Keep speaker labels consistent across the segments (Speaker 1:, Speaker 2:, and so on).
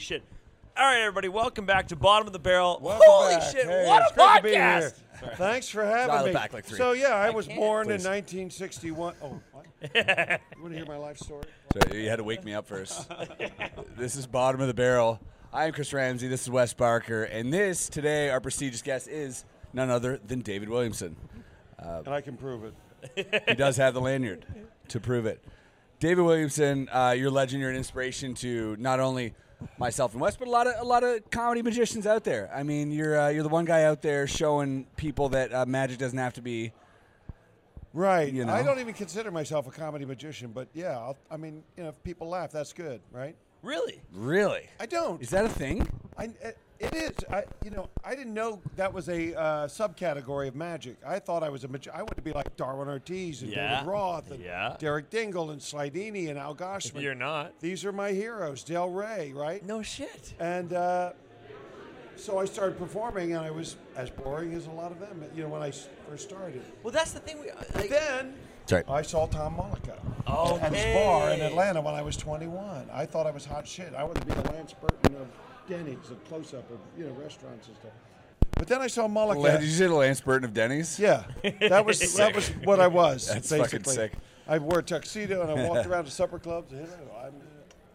Speaker 1: shit. All right, everybody, welcome back to Bottom of the Barrel.
Speaker 2: Welcome
Speaker 1: Holy
Speaker 2: back.
Speaker 1: shit,
Speaker 2: Hey,
Speaker 1: what
Speaker 2: it's
Speaker 1: a
Speaker 2: great to be here.
Speaker 1: podcast!
Speaker 2: Thanks for having
Speaker 3: Dial it
Speaker 2: me.
Speaker 3: back like three.
Speaker 2: So yeah, I, was born
Speaker 3: Please.
Speaker 2: in 1961. Oh, what? you want to hear my life story?
Speaker 3: So you had to wake me up first. this is Bottom of the Barrel. I am Chris Ramsey. This is Wes Barker. And this, today, our prestigious guest is none other than David Williamson.
Speaker 2: And I can prove it.
Speaker 3: He does have the lanyard to prove it. David Williamson, uh, you're a legend. You're an inspiration to not only myself and Wes, but a lot of a lot of comedy magicians out there. I mean, you're uh, you're the one guy out there showing people that uh, magic doesn't have to be.
Speaker 2: Right.
Speaker 3: You
Speaker 2: I
Speaker 3: know?
Speaker 2: don't even consider myself a comedy magician, but yeah, I'll, I mean, you know, if people laugh, that's good, right?
Speaker 1: Really?
Speaker 3: Really?
Speaker 2: I don't.
Speaker 3: Is that a thing?
Speaker 2: I, it- it is. I, you know, I didn't know that was a uh, subcategory of magic. I thought I was a magician. I wanted to be like Darwin Ortiz and
Speaker 1: Yeah.
Speaker 2: David Roth and
Speaker 1: Yeah.
Speaker 2: Derek Dingle and Slidini and Al Goshman.
Speaker 1: You're not.
Speaker 2: These are my heroes. Del Rey, right?
Speaker 1: No shit.
Speaker 2: And uh, so I started performing, and I was as boring as a lot of them. You know, when I s- first started.
Speaker 1: Well, that's the thing.
Speaker 2: uh,
Speaker 1: We, like,
Speaker 2: Then
Speaker 3: Sorry.
Speaker 2: I saw Tom Mollica at his
Speaker 1: Okay.
Speaker 2: bar in Atlanta when I was 21. I thought I was hot shit. I wanted to be the Lance Burton of Denny's, the close-up of you know restaurants and stuff. But then I saw
Speaker 3: Did you
Speaker 2: Mollica.
Speaker 3: say the Lance Burton of Denny's?
Speaker 2: Yeah, that was that was what I was.
Speaker 3: That's fucking
Speaker 2: basically.
Speaker 3: sick.
Speaker 2: I wore a tuxedo and I walked around to supper clubs. And, you know, I'm,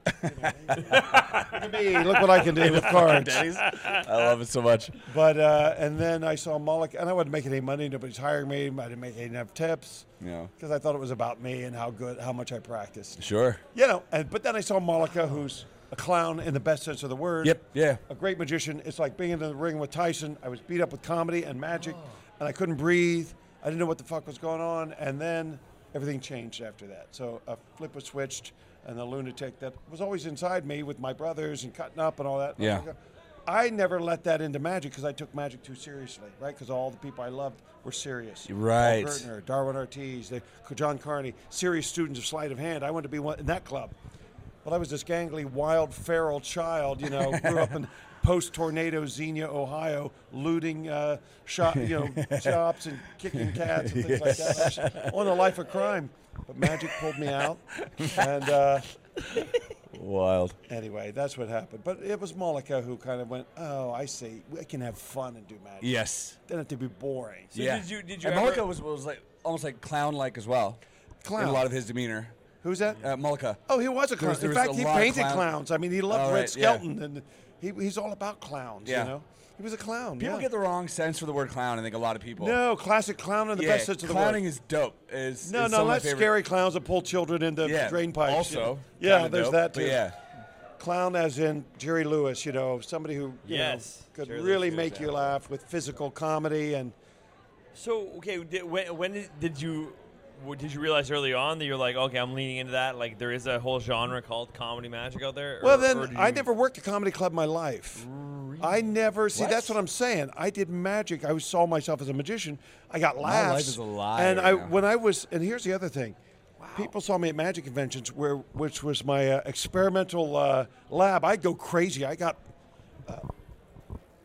Speaker 2: you know, look at me! Look what I can do with cards.
Speaker 3: I love it so much.
Speaker 2: But uh, and then I saw Moloch, and I wasn't making any money. Nobody's hiring me. I didn't make enough tips.
Speaker 3: Yeah.
Speaker 2: Because I thought it was about me and how good, how much I practiced.
Speaker 3: Sure.
Speaker 2: You know. And but then I saw Malika, who's a clown in the best sense of the word.
Speaker 3: Yep, yeah.
Speaker 2: A great magician. It's like being in the ring with Tyson. I was beat up with comedy and magic, and I couldn't breathe. I didn't know what the fuck was going on. And then everything changed after that. So a flip was switched, and the lunatic that was always inside me with my brothers and cutting up and all that.
Speaker 3: Yeah.
Speaker 2: I never let that into magic because I took magic too seriously, right? Because all the people I loved were serious. Paul
Speaker 3: Right.
Speaker 2: Gertner, Darwin Ortiz, they, John Carney, serious students of sleight of hand. I wanted to be one in that club. But I was this gangly, wild, feral child, you know, grew up in post tornado Xenia, Ohio, looting uh, shop, you know, shops and kicking cats and things like that. I was on a life of crime. But magic pulled me out. And, uh,
Speaker 3: Wild.
Speaker 2: Anyway, that's what happened. But it was Malika who kind of went, "Oh, I see. We can have fun and do magic.
Speaker 3: Yes.
Speaker 2: Doesn't have to be boring."
Speaker 1: So
Speaker 3: yeah.
Speaker 1: did you- did you
Speaker 3: and
Speaker 1: ever-
Speaker 3: Malika was, was like almost like clown like as well.
Speaker 2: Clown.
Speaker 3: In a lot of his demeanor.
Speaker 2: Who's that?
Speaker 3: Uh, Malika.
Speaker 2: oh, he was a clown.
Speaker 3: was- there
Speaker 2: In
Speaker 3: was
Speaker 2: fact,
Speaker 3: a
Speaker 2: he
Speaker 3: lot of
Speaker 2: painted
Speaker 3: clown-
Speaker 2: clowns. I mean, he loved
Speaker 3: Oh,
Speaker 2: Red
Speaker 3: right, yeah.
Speaker 2: Skelton, and he, he's all about clowns.
Speaker 3: Yeah.
Speaker 2: You know, he was a clown.
Speaker 3: People
Speaker 2: yeah.
Speaker 3: get the wrong sense for the word clown. I think a lot of people.
Speaker 2: no classic clown in the
Speaker 3: yeah,
Speaker 2: best sense of the word.
Speaker 3: clowning is dope. Is
Speaker 2: no,
Speaker 3: is
Speaker 2: no,
Speaker 3: some of my
Speaker 2: not
Speaker 3: favorite-
Speaker 2: scary clowns that pull children into
Speaker 3: Yeah.
Speaker 2: drain pipes. you
Speaker 3: Also,
Speaker 2: know. yeah,
Speaker 3: kinda
Speaker 2: there's
Speaker 3: dope,
Speaker 2: that
Speaker 3: but
Speaker 2: too.
Speaker 3: yeah.
Speaker 2: clown as in Jerry Lewis, you know, somebody who you
Speaker 1: Yes.
Speaker 2: know, could
Speaker 1: Jerry Lewis
Speaker 2: really
Speaker 1: is
Speaker 2: make you
Speaker 1: out.
Speaker 2: laugh with physical comedy and.
Speaker 1: So okay, did, when, when did, did you w- did you realize early on that you're like, okay, I'm leaning into that. Like there is a whole genre called comedy magic out there. Or-
Speaker 2: Well,
Speaker 1: or did
Speaker 2: then
Speaker 1: you-
Speaker 2: I never worked a comedy club in my life. I never see.
Speaker 3: What?
Speaker 2: That's what I'm saying. I did magic. I saw myself as a magician. I got laughs.
Speaker 3: life is a lie
Speaker 2: And
Speaker 3: right
Speaker 2: I,
Speaker 3: now.
Speaker 2: when I was, and here's the other thing. People saw me at magic conventions, where which was my uh, experimental uh, lab. I'd go crazy. I got, uh,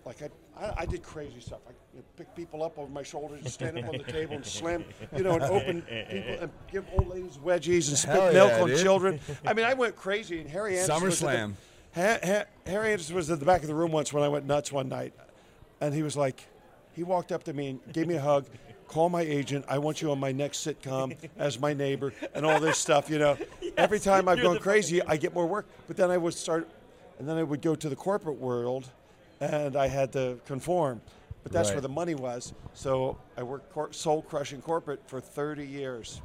Speaker 2: like I, I, I did crazy stuff. I you know, pick people up over my shoulders and stand up on the table and slam, you know, and open people and give old ladies wedgies and spit
Speaker 3: Hell
Speaker 2: milk
Speaker 3: yeah,
Speaker 2: on
Speaker 3: dude.
Speaker 2: children. I mean, I went crazy. And Harry Anderson was at the-
Speaker 3: SummerSlam.
Speaker 2: Ha- ha- Harry Anderson was at the back of the room once when I went nuts one night, and he was like, he walked up to me and gave me a hug. Call my agent. I want you on my next sitcom as my neighbor and all this stuff. You know, every time I've
Speaker 1: you're
Speaker 2: gone
Speaker 1: the-
Speaker 2: crazy, I get more work. But then I would start, and then I would go to the corporate world, and I had to conform. But that's
Speaker 3: Right.
Speaker 2: where the money was. So I worked cor- soul crushing corporate for 30 years.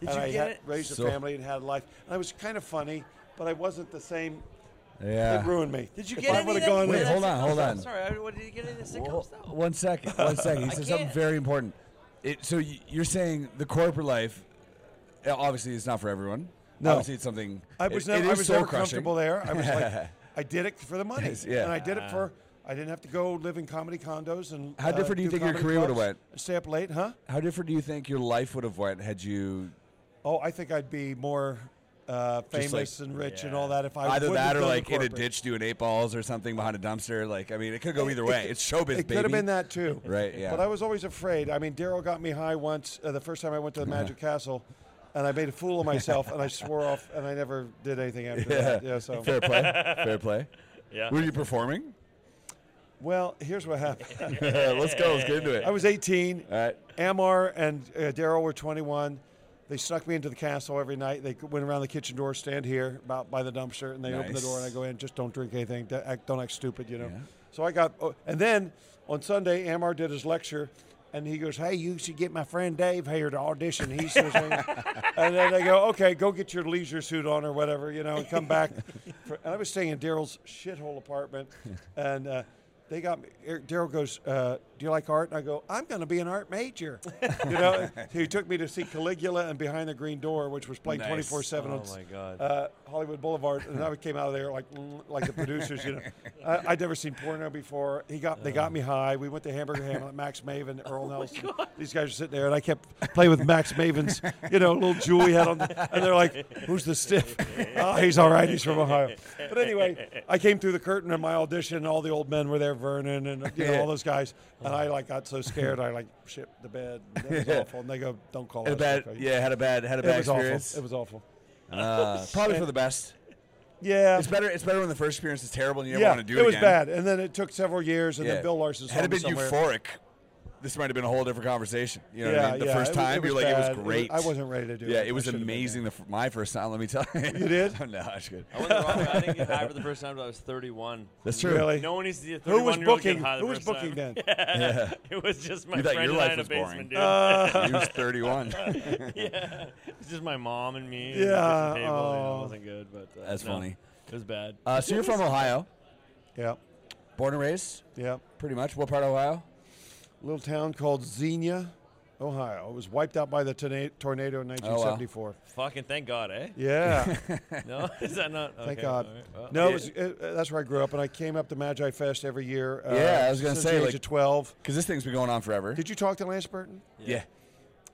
Speaker 1: Did
Speaker 2: and
Speaker 1: you
Speaker 2: I
Speaker 1: get
Speaker 2: had,
Speaker 1: it?
Speaker 2: raised a
Speaker 3: So-
Speaker 2: family and had a life. And I was kind of funny, but I wasn't the same
Speaker 3: Yeah.
Speaker 2: it ruined me.
Speaker 1: Did you
Speaker 2: If
Speaker 1: get
Speaker 2: I
Speaker 1: any
Speaker 2: would've
Speaker 1: of that-
Speaker 2: gone
Speaker 1: any
Speaker 3: Wait,
Speaker 1: of
Speaker 2: in-
Speaker 3: hold on,
Speaker 1: that sitcom
Speaker 3: hold
Speaker 1: stuff?
Speaker 3: on.
Speaker 1: Sorry, I- what did you get into sitcom stuff?
Speaker 3: Wh- One second. One second. He said something
Speaker 1: can't.
Speaker 3: very important. It, so y- you're saying the corporate life, uh, obviously, it's not for everyone.
Speaker 2: No.
Speaker 3: Obviously, it's something.
Speaker 2: I was
Speaker 3: it-
Speaker 2: never,
Speaker 3: it
Speaker 2: I
Speaker 3: is
Speaker 2: was never
Speaker 3: soul-crushing.
Speaker 2: comfortable there. I was like, I did it for the money,
Speaker 3: Yes, yeah. Uh-huh.
Speaker 2: and I did it for. I didn't have to go live in comedy condos and. uh,
Speaker 3: How different do you think your
Speaker 2: comedy
Speaker 3: career would've
Speaker 2: clubs
Speaker 3: went?
Speaker 2: and Stay up late, huh?
Speaker 3: How different do you think your life would have went had you
Speaker 2: Oh, I think I'd be more uh,
Speaker 3: Just
Speaker 2: famous
Speaker 3: like-
Speaker 2: and rich and
Speaker 1: Yeah.
Speaker 2: all that if I
Speaker 3: either
Speaker 2: wouldn't have
Speaker 3: that or
Speaker 2: done the
Speaker 3: like in a
Speaker 2: corporate.
Speaker 3: ditch doing eight balls or something behind a dumpster? Like, I mean, it could go either way. It's showbiz,
Speaker 2: It
Speaker 3: baby.
Speaker 2: could have been that too.
Speaker 3: Right, yeah.
Speaker 2: But I was always afraid. I mean, Daryl got me high once uh, the first time I went to the Magic Castle, and I made a fool of myself, and I swore off, and I never did anything after that. Yeah, so
Speaker 3: Fair play. Fair play.
Speaker 1: Yeah.
Speaker 4: Were you performing?
Speaker 2: Well, here's what happened.
Speaker 4: Let's go. Let's get into it.
Speaker 2: I was 18.
Speaker 4: All right.
Speaker 2: Amar and uh, Daryl were 21. They snuck me into the castle every night. They went around the kitchen door, stand here, about by the dumpster, and they open the
Speaker 3: Nice.
Speaker 2: door, and I go in. Just don't drink anything. Don't act, don't act stupid, you know.
Speaker 3: Yeah.
Speaker 2: So I got. oh, And then on Sunday, Amar did his lecture, and he goes, "Hey, you should get my friend Dave here to audition." He says, uh," and then they go, "Okay, go get your leisure suit on or whatever, you know, and come back." For, and I was staying in Daryl's shithole apartment, and. Uh, they got me. Er- Daryl goes, uh, "Do you like art?" And I go, "I'm going to be an art major." you know, he took me to see Caligula and Behind the Green Door, which was played
Speaker 3: Nice.
Speaker 2: twenty four seven on
Speaker 1: Oh my God.
Speaker 2: uh, Hollywood Boulevard, and I came out of there like mm, like the producers. You know, I, I'd never seen porno before. He got they
Speaker 4: Oh.
Speaker 2: got me high. We went to Hamburger Hamlet, Max Maven, Earl Nelson. These guys are sitting there, and I kept playing with Max Maven's you know little jewel he had on, the, and they're like, "Who's the stiff?" oh, he's all right. He's from Ohio. But anyway, I came through the curtain in my audition. and All the old men were there, Vernon and you know all those guys, and I like got so scared. I like shit the bed. That was awful. And they go, "Don't call
Speaker 4: Had a
Speaker 2: us."
Speaker 4: bad,
Speaker 2: okay?
Speaker 4: yeah, had a bad, had a
Speaker 2: It
Speaker 4: bad
Speaker 2: was
Speaker 4: experience.
Speaker 2: awful. It was awful.
Speaker 3: Uh,
Speaker 4: Probably for the best.
Speaker 2: Yeah,
Speaker 3: it's better. It's better when the first experience is terrible and you never want to do it.
Speaker 2: it was
Speaker 3: again.
Speaker 2: bad, and then it took several years, and
Speaker 3: Yeah.
Speaker 2: then Bill Larson
Speaker 3: had it been
Speaker 2: somewhere.
Speaker 3: euphoric.
Speaker 4: This might have been a whole different conversation. You know
Speaker 2: yeah,
Speaker 4: what I mean? The
Speaker 2: yeah,
Speaker 4: first
Speaker 2: it was-
Speaker 4: time,
Speaker 2: it
Speaker 4: you're like, it
Speaker 2: bad.
Speaker 4: was great.
Speaker 2: I wasn't ready to do it.
Speaker 4: Yeah, it was
Speaker 2: I should've been
Speaker 4: amazing. The f- my first time, let me tell you.
Speaker 2: You did?
Speaker 4: no, it's good.
Speaker 1: I went the wrong way. I didn't get high for the first time until I was 31.
Speaker 4: That's
Speaker 2: there.
Speaker 4: true.
Speaker 2: Really?
Speaker 1: Mm. No one needs to see a 31
Speaker 2: Who was
Speaker 1: year old
Speaker 2: booking?
Speaker 1: Get high the
Speaker 2: Who was
Speaker 1: first
Speaker 2: booking
Speaker 1: time.
Speaker 2: then?
Speaker 1: It was just my
Speaker 4: You thought
Speaker 1: friend
Speaker 4: your
Speaker 1: and
Speaker 4: life
Speaker 1: I in a
Speaker 4: was boring.
Speaker 1: basement, dude.
Speaker 2: Uh,
Speaker 4: he was 31.
Speaker 1: yeah, it was just my mom and me. at
Speaker 2: Yeah, oh.
Speaker 1: the kitchen table. yeah,
Speaker 2: aw.
Speaker 1: it wasn't good, but uh,
Speaker 3: That's
Speaker 1: no,
Speaker 3: funny.
Speaker 1: It was bad.
Speaker 3: Uh, so you're from Ohio,
Speaker 2: yeah,
Speaker 3: born and raised,
Speaker 2: yeah.
Speaker 3: pretty much. What part of Ohio?
Speaker 2: Little town called Xenia, Ohio. It was wiped out by the torna- tornado in 1974.
Speaker 1: Fucking thank God, eh?
Speaker 2: Yeah,
Speaker 1: No, is that not?
Speaker 2: thank
Speaker 1: okay,
Speaker 2: God.
Speaker 1: all right, well.
Speaker 2: no, it was, it, uh, that's where I grew up, and I came up to Magi Fest every year. Uh,
Speaker 3: Yeah, I was gonna
Speaker 2: since
Speaker 3: say,
Speaker 2: the age
Speaker 3: like-
Speaker 2: of 12.
Speaker 3: Because this thing's been going on forever.
Speaker 2: Did you talk to Lance Burton?
Speaker 3: yeah,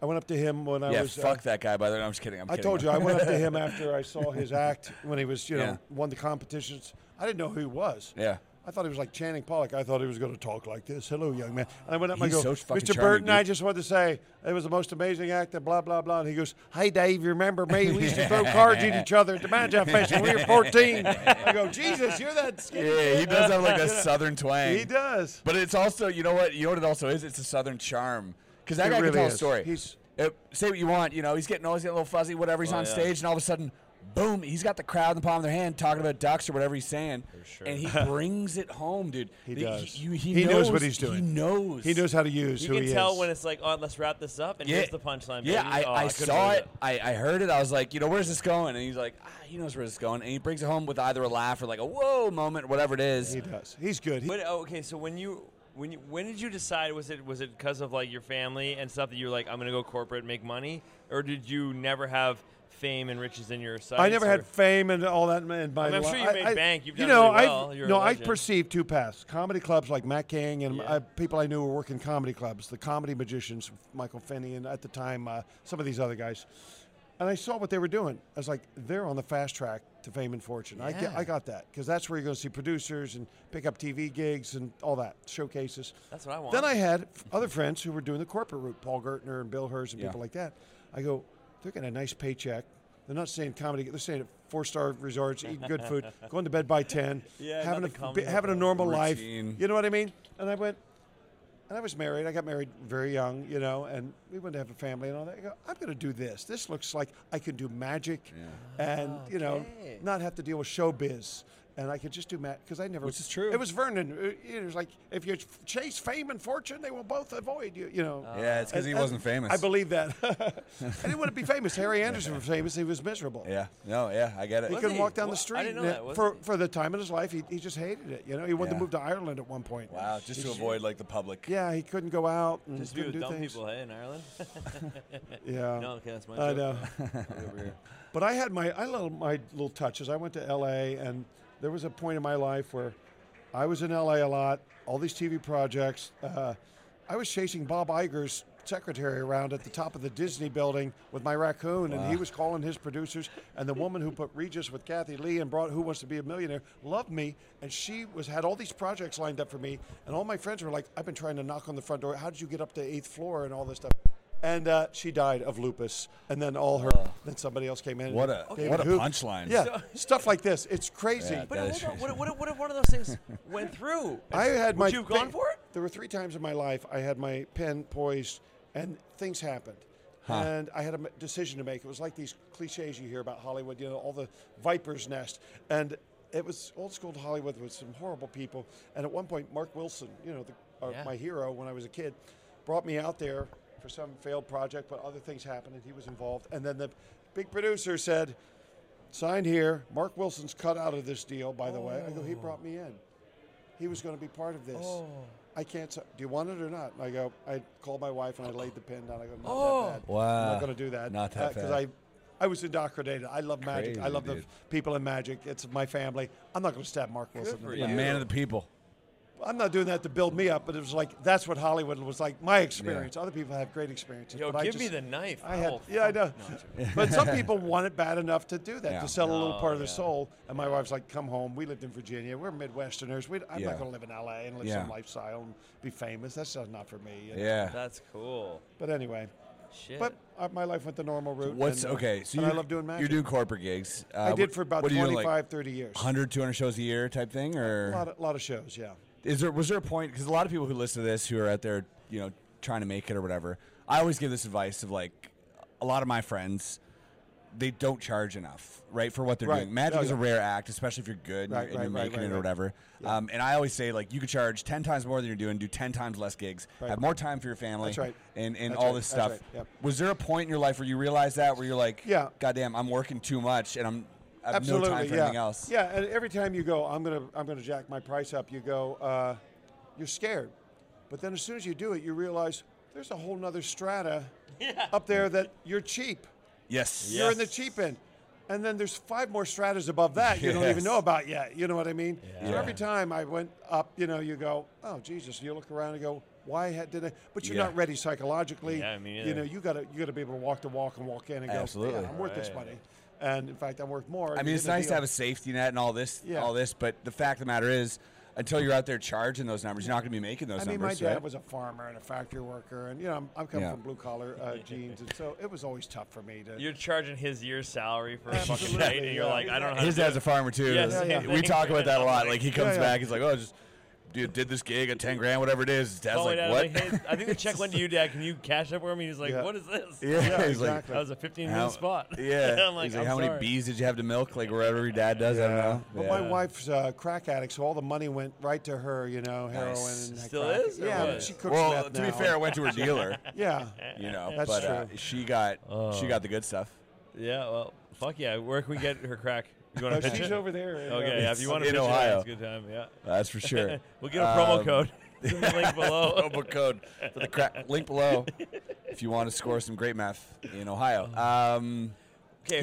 Speaker 2: I went up to him when I
Speaker 3: yeah.
Speaker 2: was. uh,
Speaker 3: fuck that guy. By the way, I'm just kidding. I'm
Speaker 2: I
Speaker 3: kidding.
Speaker 2: told you I went up to him after I saw his act when he was, you know,
Speaker 3: Yeah.
Speaker 2: won the competitions. I didn't know who he was.
Speaker 3: Yeah.
Speaker 2: I thought he was like Channing Pollock. I thought he was going to talk like this. Hello, young man. And I went up and I
Speaker 3: He's
Speaker 2: go,
Speaker 3: so fucking
Speaker 2: Mr.
Speaker 3: charming,
Speaker 2: Burton, I
Speaker 3: dude."
Speaker 2: just wanted to say it was the most amazing act, and blah, blah, blah. And he goes, Hey, Dave, you remember me? We used to throw cards at each other at the Magi Fest when we were 14. I go, Jesus, you're that skinny.
Speaker 3: Yeah, he does have like a southern twang.
Speaker 2: He does.
Speaker 3: But it's also, you know what? You know what it also is? It's a southern charm. Because that
Speaker 2: It
Speaker 3: guy
Speaker 2: really
Speaker 3: can tell
Speaker 2: is.
Speaker 3: a story.
Speaker 2: He's-
Speaker 3: Uh, say what you want. You know, he's getting always getting a little fuzzy, whatever. He's
Speaker 1: Oh,
Speaker 3: on
Speaker 1: yeah.
Speaker 3: stage, and all of a sudden, boom! He's got the crowd in the palm of their hand, talking about ducks or whatever he's saying,
Speaker 1: sure.
Speaker 3: and he brings it home, dude.
Speaker 2: He
Speaker 3: The-
Speaker 2: does.
Speaker 3: you- He,
Speaker 2: He
Speaker 3: knows,
Speaker 2: knows what he's
Speaker 3: He
Speaker 2: doing.
Speaker 3: knows.
Speaker 2: He knows how to use
Speaker 1: You
Speaker 2: who
Speaker 1: can
Speaker 2: he
Speaker 1: tell
Speaker 2: is.
Speaker 1: when it's like, oh, let's wrap this up, and
Speaker 3: Yeah.
Speaker 1: here's the punchline.
Speaker 3: Yeah,
Speaker 1: baby.
Speaker 3: I,
Speaker 1: Oh,
Speaker 3: I,
Speaker 1: couldn't
Speaker 3: saw
Speaker 1: believe
Speaker 3: it. I, I heard it. I was like, you know, where's this going? And he's like, ah, he knows where this is going. And he brings it home with either a laugh or like a whoa moment, whatever it is.
Speaker 2: he does. He's good. He,
Speaker 1: But oh, okay, so when you when you when did you decide? Was it was it because of like your family and stuff that you were like, I'm gonna go corporate, and make money, or did you never have fame and riches in your sights?
Speaker 2: I never
Speaker 1: or-
Speaker 2: had fame and all that in my
Speaker 1: I mean, I'm
Speaker 2: li-
Speaker 1: sure you
Speaker 2: I-
Speaker 1: made
Speaker 2: I-
Speaker 1: bank. You've
Speaker 2: you
Speaker 1: done
Speaker 2: know,
Speaker 1: really
Speaker 2: I
Speaker 1: well. You're a
Speaker 2: no, I
Speaker 1: legend.
Speaker 2: perceived two paths: comedy clubs like Matt King and
Speaker 1: Yeah.
Speaker 2: uh, people I knew were working comedy clubs. The comedy magicians, Michael Finney, and at the time uh, some of these other guys. And I saw what they were doing. I was like, they're on the fast track to fame and fortune. I, get,
Speaker 1: Yeah.
Speaker 2: I got that because that's where you're going to see producers and pick up TV gigs and all that showcases.
Speaker 1: That's what I want.
Speaker 2: Then I had f- other friends who were doing the corporate route, Paul Gertner and Bill Hurst and people like that. I go, they're getting a nice paycheck. They're not staying at comedy. They're staying at four star resorts, eating good food, going to bed by ten,
Speaker 1: Yeah,
Speaker 2: having a
Speaker 1: not the comedy
Speaker 2: bi- having a
Speaker 1: hotel.
Speaker 2: normal
Speaker 3: Routine.
Speaker 2: life. You know what I mean? And I went, and I was married. I got married very young, you know, and we went to have a family and all that. I go, I'm going to do this. This looks like I can do magic, and
Speaker 3: Oh,
Speaker 2: you know,
Speaker 1: Okay.
Speaker 2: not have to deal with showbiz. And I could just do magic because I never.
Speaker 3: Which is true.
Speaker 2: It was Vernon. It was like if you chase fame and fortune, they will both avoid you. You know.
Speaker 3: Yeah, it's because he
Speaker 2: And-
Speaker 3: wasn't
Speaker 2: and
Speaker 3: famous.
Speaker 2: I believe that. I didn't want to be famous. Harry Anderson was famous. He was miserable.
Speaker 3: Yeah. No. Yeah. I get it.
Speaker 2: He
Speaker 1: Was
Speaker 2: couldn't
Speaker 1: he?
Speaker 2: walk down
Speaker 1: Wha-
Speaker 2: the
Speaker 1: I
Speaker 2: street.
Speaker 1: didn't know
Speaker 2: and
Speaker 1: that, was
Speaker 2: for
Speaker 1: he?
Speaker 2: for the time in his life, he, he just hated it. You know, he wanted
Speaker 3: Yeah.
Speaker 2: to move to Ireland at one point.
Speaker 3: Wow. Just to avoid like the public.
Speaker 2: Yeah, he couldn't go out and
Speaker 1: Just be with
Speaker 2: couldn't do
Speaker 1: dumb
Speaker 2: things.
Speaker 1: people, hey, in Ireland.
Speaker 2: Yeah.
Speaker 1: no, okay, that's my.
Speaker 2: I
Speaker 1: joke.
Speaker 2: know.
Speaker 1: I'll be over here.
Speaker 2: But I had my I little my little touches. I went to L.A. and there was a point in my life where I was in L.A. a lot. All these TV projects. Uh, I was chasing Bob Iger's secretary around at the top of the Disney building with my raccoon, and he was calling his producers. And the woman who put Regis with Kathy Lee and brought Who Wants to Be a Millionaire loved me, and she was had all these projects lined up for me. And all my friends were like, "I've been trying to knock on the front door. How did you get up to eighth floor and all this stuff?" and uh, she died of lupus. And then all her, then somebody else came in. and
Speaker 4: Oh. What a-
Speaker 2: gave
Speaker 4: what
Speaker 2: it
Speaker 4: a
Speaker 2: who-
Speaker 4: punchline.
Speaker 2: Yeah,
Speaker 1: So-
Speaker 2: stuff like this. It's crazy.
Speaker 4: Yeah.
Speaker 1: But
Speaker 4: That
Speaker 1: hold
Speaker 4: is
Speaker 1: on, what, what, what if one of those things went through?
Speaker 2: I had
Speaker 1: Would
Speaker 2: my.
Speaker 1: you have gone
Speaker 2: thi-
Speaker 1: for it?
Speaker 2: There were three times in my life I had my pen poised, and things happened. And I had a m- decision to make. It was like these cliches you hear about Hollywood, you know, all the viper's nest. And it was old school Hollywood with some horrible people. And at one point, Mark Wilson, you know, the, uh,
Speaker 1: Yeah.
Speaker 2: my hero when I was a kid, brought me out there for some failed project, but other things happened and he was involved. And then the big producer said, Sign here. Mark Wilson's cut out of this deal, by the way. I go, he brought me
Speaker 1: Oh.
Speaker 2: in. He was going to be part of this. I can't. s- Do you want it or not? And I go. I called my wife and I laid the pin down. I go, not
Speaker 1: Oh.
Speaker 2: that bad. I'm
Speaker 3: Wow.
Speaker 2: not going to do that.
Speaker 3: Not that
Speaker 2: because
Speaker 3: bad.
Speaker 2: I, I was indoctrinated. I love magic. I
Speaker 3: Crazy,
Speaker 2: love the
Speaker 3: dude.
Speaker 2: f- people in magic. It's my family. I'm not going to stab Mark Wilson.
Speaker 1: for
Speaker 2: in
Speaker 1: you.
Speaker 2: the
Speaker 3: The
Speaker 2: back.
Speaker 3: man of the people.
Speaker 2: I'm not doing that to build me up, but it was like that's what Hollywood was like. My experience. Other people have great experiences.
Speaker 1: Yo,
Speaker 2: but I
Speaker 1: give me
Speaker 2: just-
Speaker 1: the knife.
Speaker 2: I had,
Speaker 1: Oh,
Speaker 2: yeah, I
Speaker 1: fuck.
Speaker 2: know. but some people want it bad enough to do that,
Speaker 3: Yeah.
Speaker 2: to sell a little
Speaker 1: No,
Speaker 2: part of their
Speaker 1: yeah.
Speaker 2: soul. And my wife's like, come home. We lived in Virginia. We're Midwesterners. We, I'm
Speaker 3: Yeah.
Speaker 2: not going to live in LA and live
Speaker 3: Yeah.
Speaker 2: some lifestyle and be famous. That's just not for me. you know.
Speaker 3: Yeah.
Speaker 1: That's cool.
Speaker 2: But anyway,
Speaker 1: Shit.
Speaker 2: but uh, my life went the normal route.
Speaker 3: What's
Speaker 2: and, uh,
Speaker 3: okay? So
Speaker 2: and
Speaker 3: you
Speaker 2: I love doing magic.
Speaker 3: You're doing corporate gigs. Uh,
Speaker 2: I did
Speaker 3: wh-
Speaker 2: for about
Speaker 3: what do
Speaker 2: 25,
Speaker 3: you do, like
Speaker 2: 30 years.
Speaker 3: 100, 200 shows a year type thing,
Speaker 2: A
Speaker 3: or
Speaker 2: lot, of, lot of shows, yeah.
Speaker 3: is there was there a point because a lot of people who listen to this who are out there you know trying to make it or whatever i always give this advice of like a lot of my friends they don't charge enough right for what they're
Speaker 2: Right.
Speaker 3: doing magic
Speaker 2: Oh,
Speaker 3: is a
Speaker 2: yeah.
Speaker 3: rare act especially if you're good
Speaker 2: Right,
Speaker 3: and, you're-
Speaker 2: right,
Speaker 3: and you're
Speaker 2: right,
Speaker 3: making
Speaker 2: right,
Speaker 3: it or
Speaker 2: right.
Speaker 3: whatever um, and i always say like you could charge 10 times more than you're doing do 10 times less gigs
Speaker 2: Right.
Speaker 3: have more time for your family
Speaker 2: That's right.
Speaker 3: and, and
Speaker 2: That's
Speaker 3: all
Speaker 2: right,
Speaker 3: this
Speaker 2: that's
Speaker 3: stuff
Speaker 2: right, yep.
Speaker 3: was there a point in your life where you realized that where you're like
Speaker 2: Yeah.
Speaker 3: goddamn i'm working too much and i'm I have
Speaker 2: Absolutely,
Speaker 3: no time for
Speaker 2: yeah.
Speaker 3: anything else
Speaker 2: Yeah, and every time you go, I'm gonna I'm gonna jack my price up. You go, uh, you're scared, but then as soon as you do it, you realize there's a whole nother strata up there that you're cheap.
Speaker 3: yes
Speaker 2: You're in the cheap end. And then there's five more stratas above that you don't even
Speaker 3: Yes.
Speaker 2: know about yet. You know what I mean? So
Speaker 3: Yeah.
Speaker 2: every time I went up, you know, you go, oh Jesus! You look around and go, why had- did I? But you're
Speaker 3: Yeah.
Speaker 2: not ready psychologically.
Speaker 1: Yeah, me
Speaker 2: you
Speaker 1: neither.
Speaker 2: know, you gotta you gotta be able to walk the walk and walk in and go,
Speaker 3: Absolutely.
Speaker 2: "Man, I'm worth this money. And in fact, I'm worth more.
Speaker 3: I mean,
Speaker 2: You
Speaker 3: it's
Speaker 2: did a
Speaker 3: nice to
Speaker 2: deal.
Speaker 3: have a safety net and all this,
Speaker 2: Yeah.
Speaker 3: all this. But the fact of the matter is, until you're out there charging those numbers, you're not going to be making those
Speaker 2: I mean,
Speaker 3: numbers.
Speaker 2: my dad
Speaker 3: right?
Speaker 2: was a farmer and a factory worker, and you know, I'm, I'm coming
Speaker 3: Yeah.
Speaker 2: from blue collar uh, jeans, and so it was always tough for me to.
Speaker 1: You're charging his year's salary for a fucking
Speaker 2: Absolutely,
Speaker 1: night, and you're
Speaker 2: yeah.
Speaker 1: like, I don't know how
Speaker 3: His
Speaker 1: to do
Speaker 3: dad's
Speaker 1: it.
Speaker 3: a farmer too.
Speaker 1: Yeah, same
Speaker 3: We
Speaker 1: thing.
Speaker 3: talk about that a lot. Like he comes
Speaker 2: yeah.
Speaker 3: back, he's like, "Oh, just dude, did this gig at ten grand, whatever it is." His dad's
Speaker 1: Oh, my
Speaker 3: like,
Speaker 1: dad,
Speaker 3: "What?"
Speaker 1: I'm like, hey, I think the check went to you, Dad. Can you cash up for me? He's like,
Speaker 2: Yeah.
Speaker 1: what is this?
Speaker 3: yeah,
Speaker 2: Yeah,
Speaker 3: he's like,
Speaker 2: exactly.
Speaker 1: That was a 15
Speaker 3: How-
Speaker 1: minute spot.
Speaker 3: "Yeah."
Speaker 1: I'm like,
Speaker 3: he's like,
Speaker 1: I'm
Speaker 3: "How many
Speaker 1: sorry.
Speaker 3: bees did you have to milk?" Like whatever your dad does, I don't know.
Speaker 2: But
Speaker 3: Yeah.
Speaker 2: my wife's a crack addict, so all the money went right to her. You know, heroin.
Speaker 3: Nice.
Speaker 2: And
Speaker 1: Still
Speaker 2: crack.
Speaker 1: is, or
Speaker 2: Yeah,
Speaker 1: what?
Speaker 2: but she cooks
Speaker 3: well,
Speaker 2: meth
Speaker 3: to be
Speaker 2: now.
Speaker 3: fair, it went to her dealer.
Speaker 2: Yeah,
Speaker 3: You know,
Speaker 2: That's
Speaker 3: but uh,
Speaker 2: true.
Speaker 3: she got she got the good stuff.
Speaker 1: Yeah, well, fuck yeah. Where can we get her crack? You want
Speaker 2: no,
Speaker 1: to pitch
Speaker 2: Oh, she's
Speaker 1: it?
Speaker 2: over there. uh, you know.
Speaker 1: Okay, yeah, if you want to
Speaker 3: In
Speaker 1: pitch
Speaker 3: Ohio.
Speaker 1: it, it's a good time. Yeah.
Speaker 3: That's for sure.
Speaker 1: We'll give a promo
Speaker 3: Um,
Speaker 1: code. It's in the link below.
Speaker 3: promo code for the crack. Link below if you want to score some great math in Ohio. Um,
Speaker 1: Okay,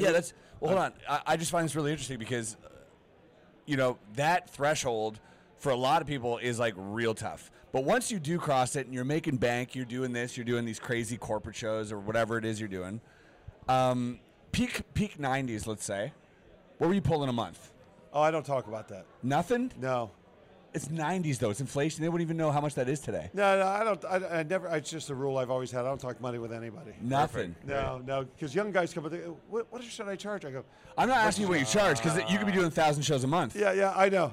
Speaker 3: yeah,
Speaker 1: who-
Speaker 3: that's. Well, hold on. I, I just find this really interesting because, uh, you know, that threshold for a lot of people is like real tough. But once you do cross it and you're making bank, you're doing this, you're doing these crazy corporate shows or whatever it is you're doing. Um, peak peak 90s, let's say. What were you pulling a month?
Speaker 2: Oh, I don't talk about that.
Speaker 3: Nothing.
Speaker 2: No,
Speaker 3: It's 90s though. It's inflation. They wouldn't even know how much that is today.
Speaker 2: no, no. I don't. I, I never. It's just a rule I've always had. I don't talk money with anybody.
Speaker 3: Nothing.
Speaker 2: No, no, because young guys come up. They, go, what, what should I charge? I go,
Speaker 3: I'm not asking you what you charge because you could be doing thousand shows a month.
Speaker 2: yeah, yeah, I know.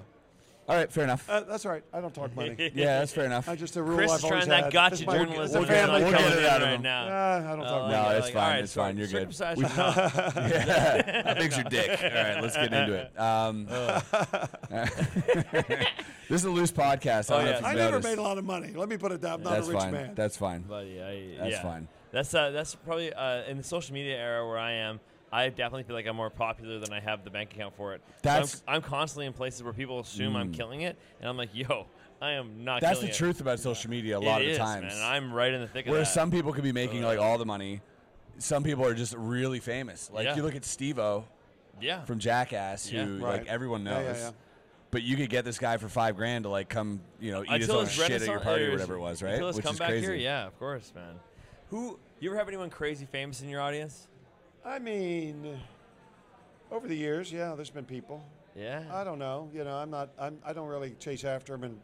Speaker 3: All right, fair enough.
Speaker 2: Uh, that's all right. I don't talk money.
Speaker 3: Yeah, that's fair enough.
Speaker 2: I just a rule
Speaker 1: Chris
Speaker 2: I've
Speaker 1: is
Speaker 2: always
Speaker 1: trying that
Speaker 2: had. This
Speaker 1: gotcha
Speaker 2: is my-
Speaker 1: journalism.
Speaker 2: It's a
Speaker 1: We're
Speaker 3: gonna
Speaker 2: family
Speaker 3: We'll get
Speaker 2: company.
Speaker 3: it out of
Speaker 1: right
Speaker 3: him.
Speaker 1: now.
Speaker 2: Uh, I don't talk money.
Speaker 3: No,
Speaker 1: yeah,
Speaker 3: it's
Speaker 1: like,
Speaker 3: fine,
Speaker 1: all right,
Speaker 3: it's fine,
Speaker 1: so
Speaker 3: you're good.
Speaker 1: circumcised
Speaker 3: We-
Speaker 1: or not.
Speaker 3: Yeah. How big's your dick? All right, let's get into it. Um, this is a loose podcast. I,
Speaker 1: Oh,
Speaker 3: don't know
Speaker 1: yeah.
Speaker 3: if
Speaker 2: Oh. I
Speaker 3: you've
Speaker 2: never
Speaker 3: noticed.
Speaker 2: made a lot of money. Let me put it down. I'm not
Speaker 3: That's
Speaker 2: a rich
Speaker 3: fine.
Speaker 2: man.
Speaker 3: That's fine.
Speaker 1: Buddy, I,
Speaker 3: That's
Speaker 1: yeah.
Speaker 3: fine.
Speaker 1: That's uh, that's probably uh, in the social media era where I am. I definitely feel like I'm more popular than I have the bank account for it. So
Speaker 3: That's- Mm.
Speaker 1: I'm, I'm constantly in places where people assume I'm killing it, and I'm like, yo, I am not.
Speaker 3: That's the
Speaker 1: killing it.
Speaker 3: truth about social media. A
Speaker 1: It
Speaker 3: lot of
Speaker 1: is,
Speaker 3: the times,
Speaker 1: man. I'm right in the thick of
Speaker 3: where
Speaker 1: that. Uh.
Speaker 3: some people could be making like all the money, some people are just really famous. Like
Speaker 1: Yeah.
Speaker 3: you look at Steve-O
Speaker 1: yeah.
Speaker 3: from Jackass, who
Speaker 1: Yeah.
Speaker 3: like
Speaker 2: Right.
Speaker 3: everyone
Speaker 2: Yeah,
Speaker 3: knows.
Speaker 2: yeah, yeah.
Speaker 3: But you could get this guy for five grand to like come, you know, eat his
Speaker 1: until
Speaker 3: own
Speaker 1: his
Speaker 3: shit at your
Speaker 1: renaissance-
Speaker 3: party
Speaker 1: uh,
Speaker 3: or whatever it was, right?
Speaker 1: Until his
Speaker 3: Which is
Speaker 1: comeback
Speaker 3: crazy.
Speaker 1: here, yeah, of course, man. Who you ever have anyone crazy famous in your audience?
Speaker 2: I mean, over the years, yeah, there's been people.
Speaker 1: Yeah.
Speaker 2: I don't know. You know, I'm not. I'm. I don't really chase after them, and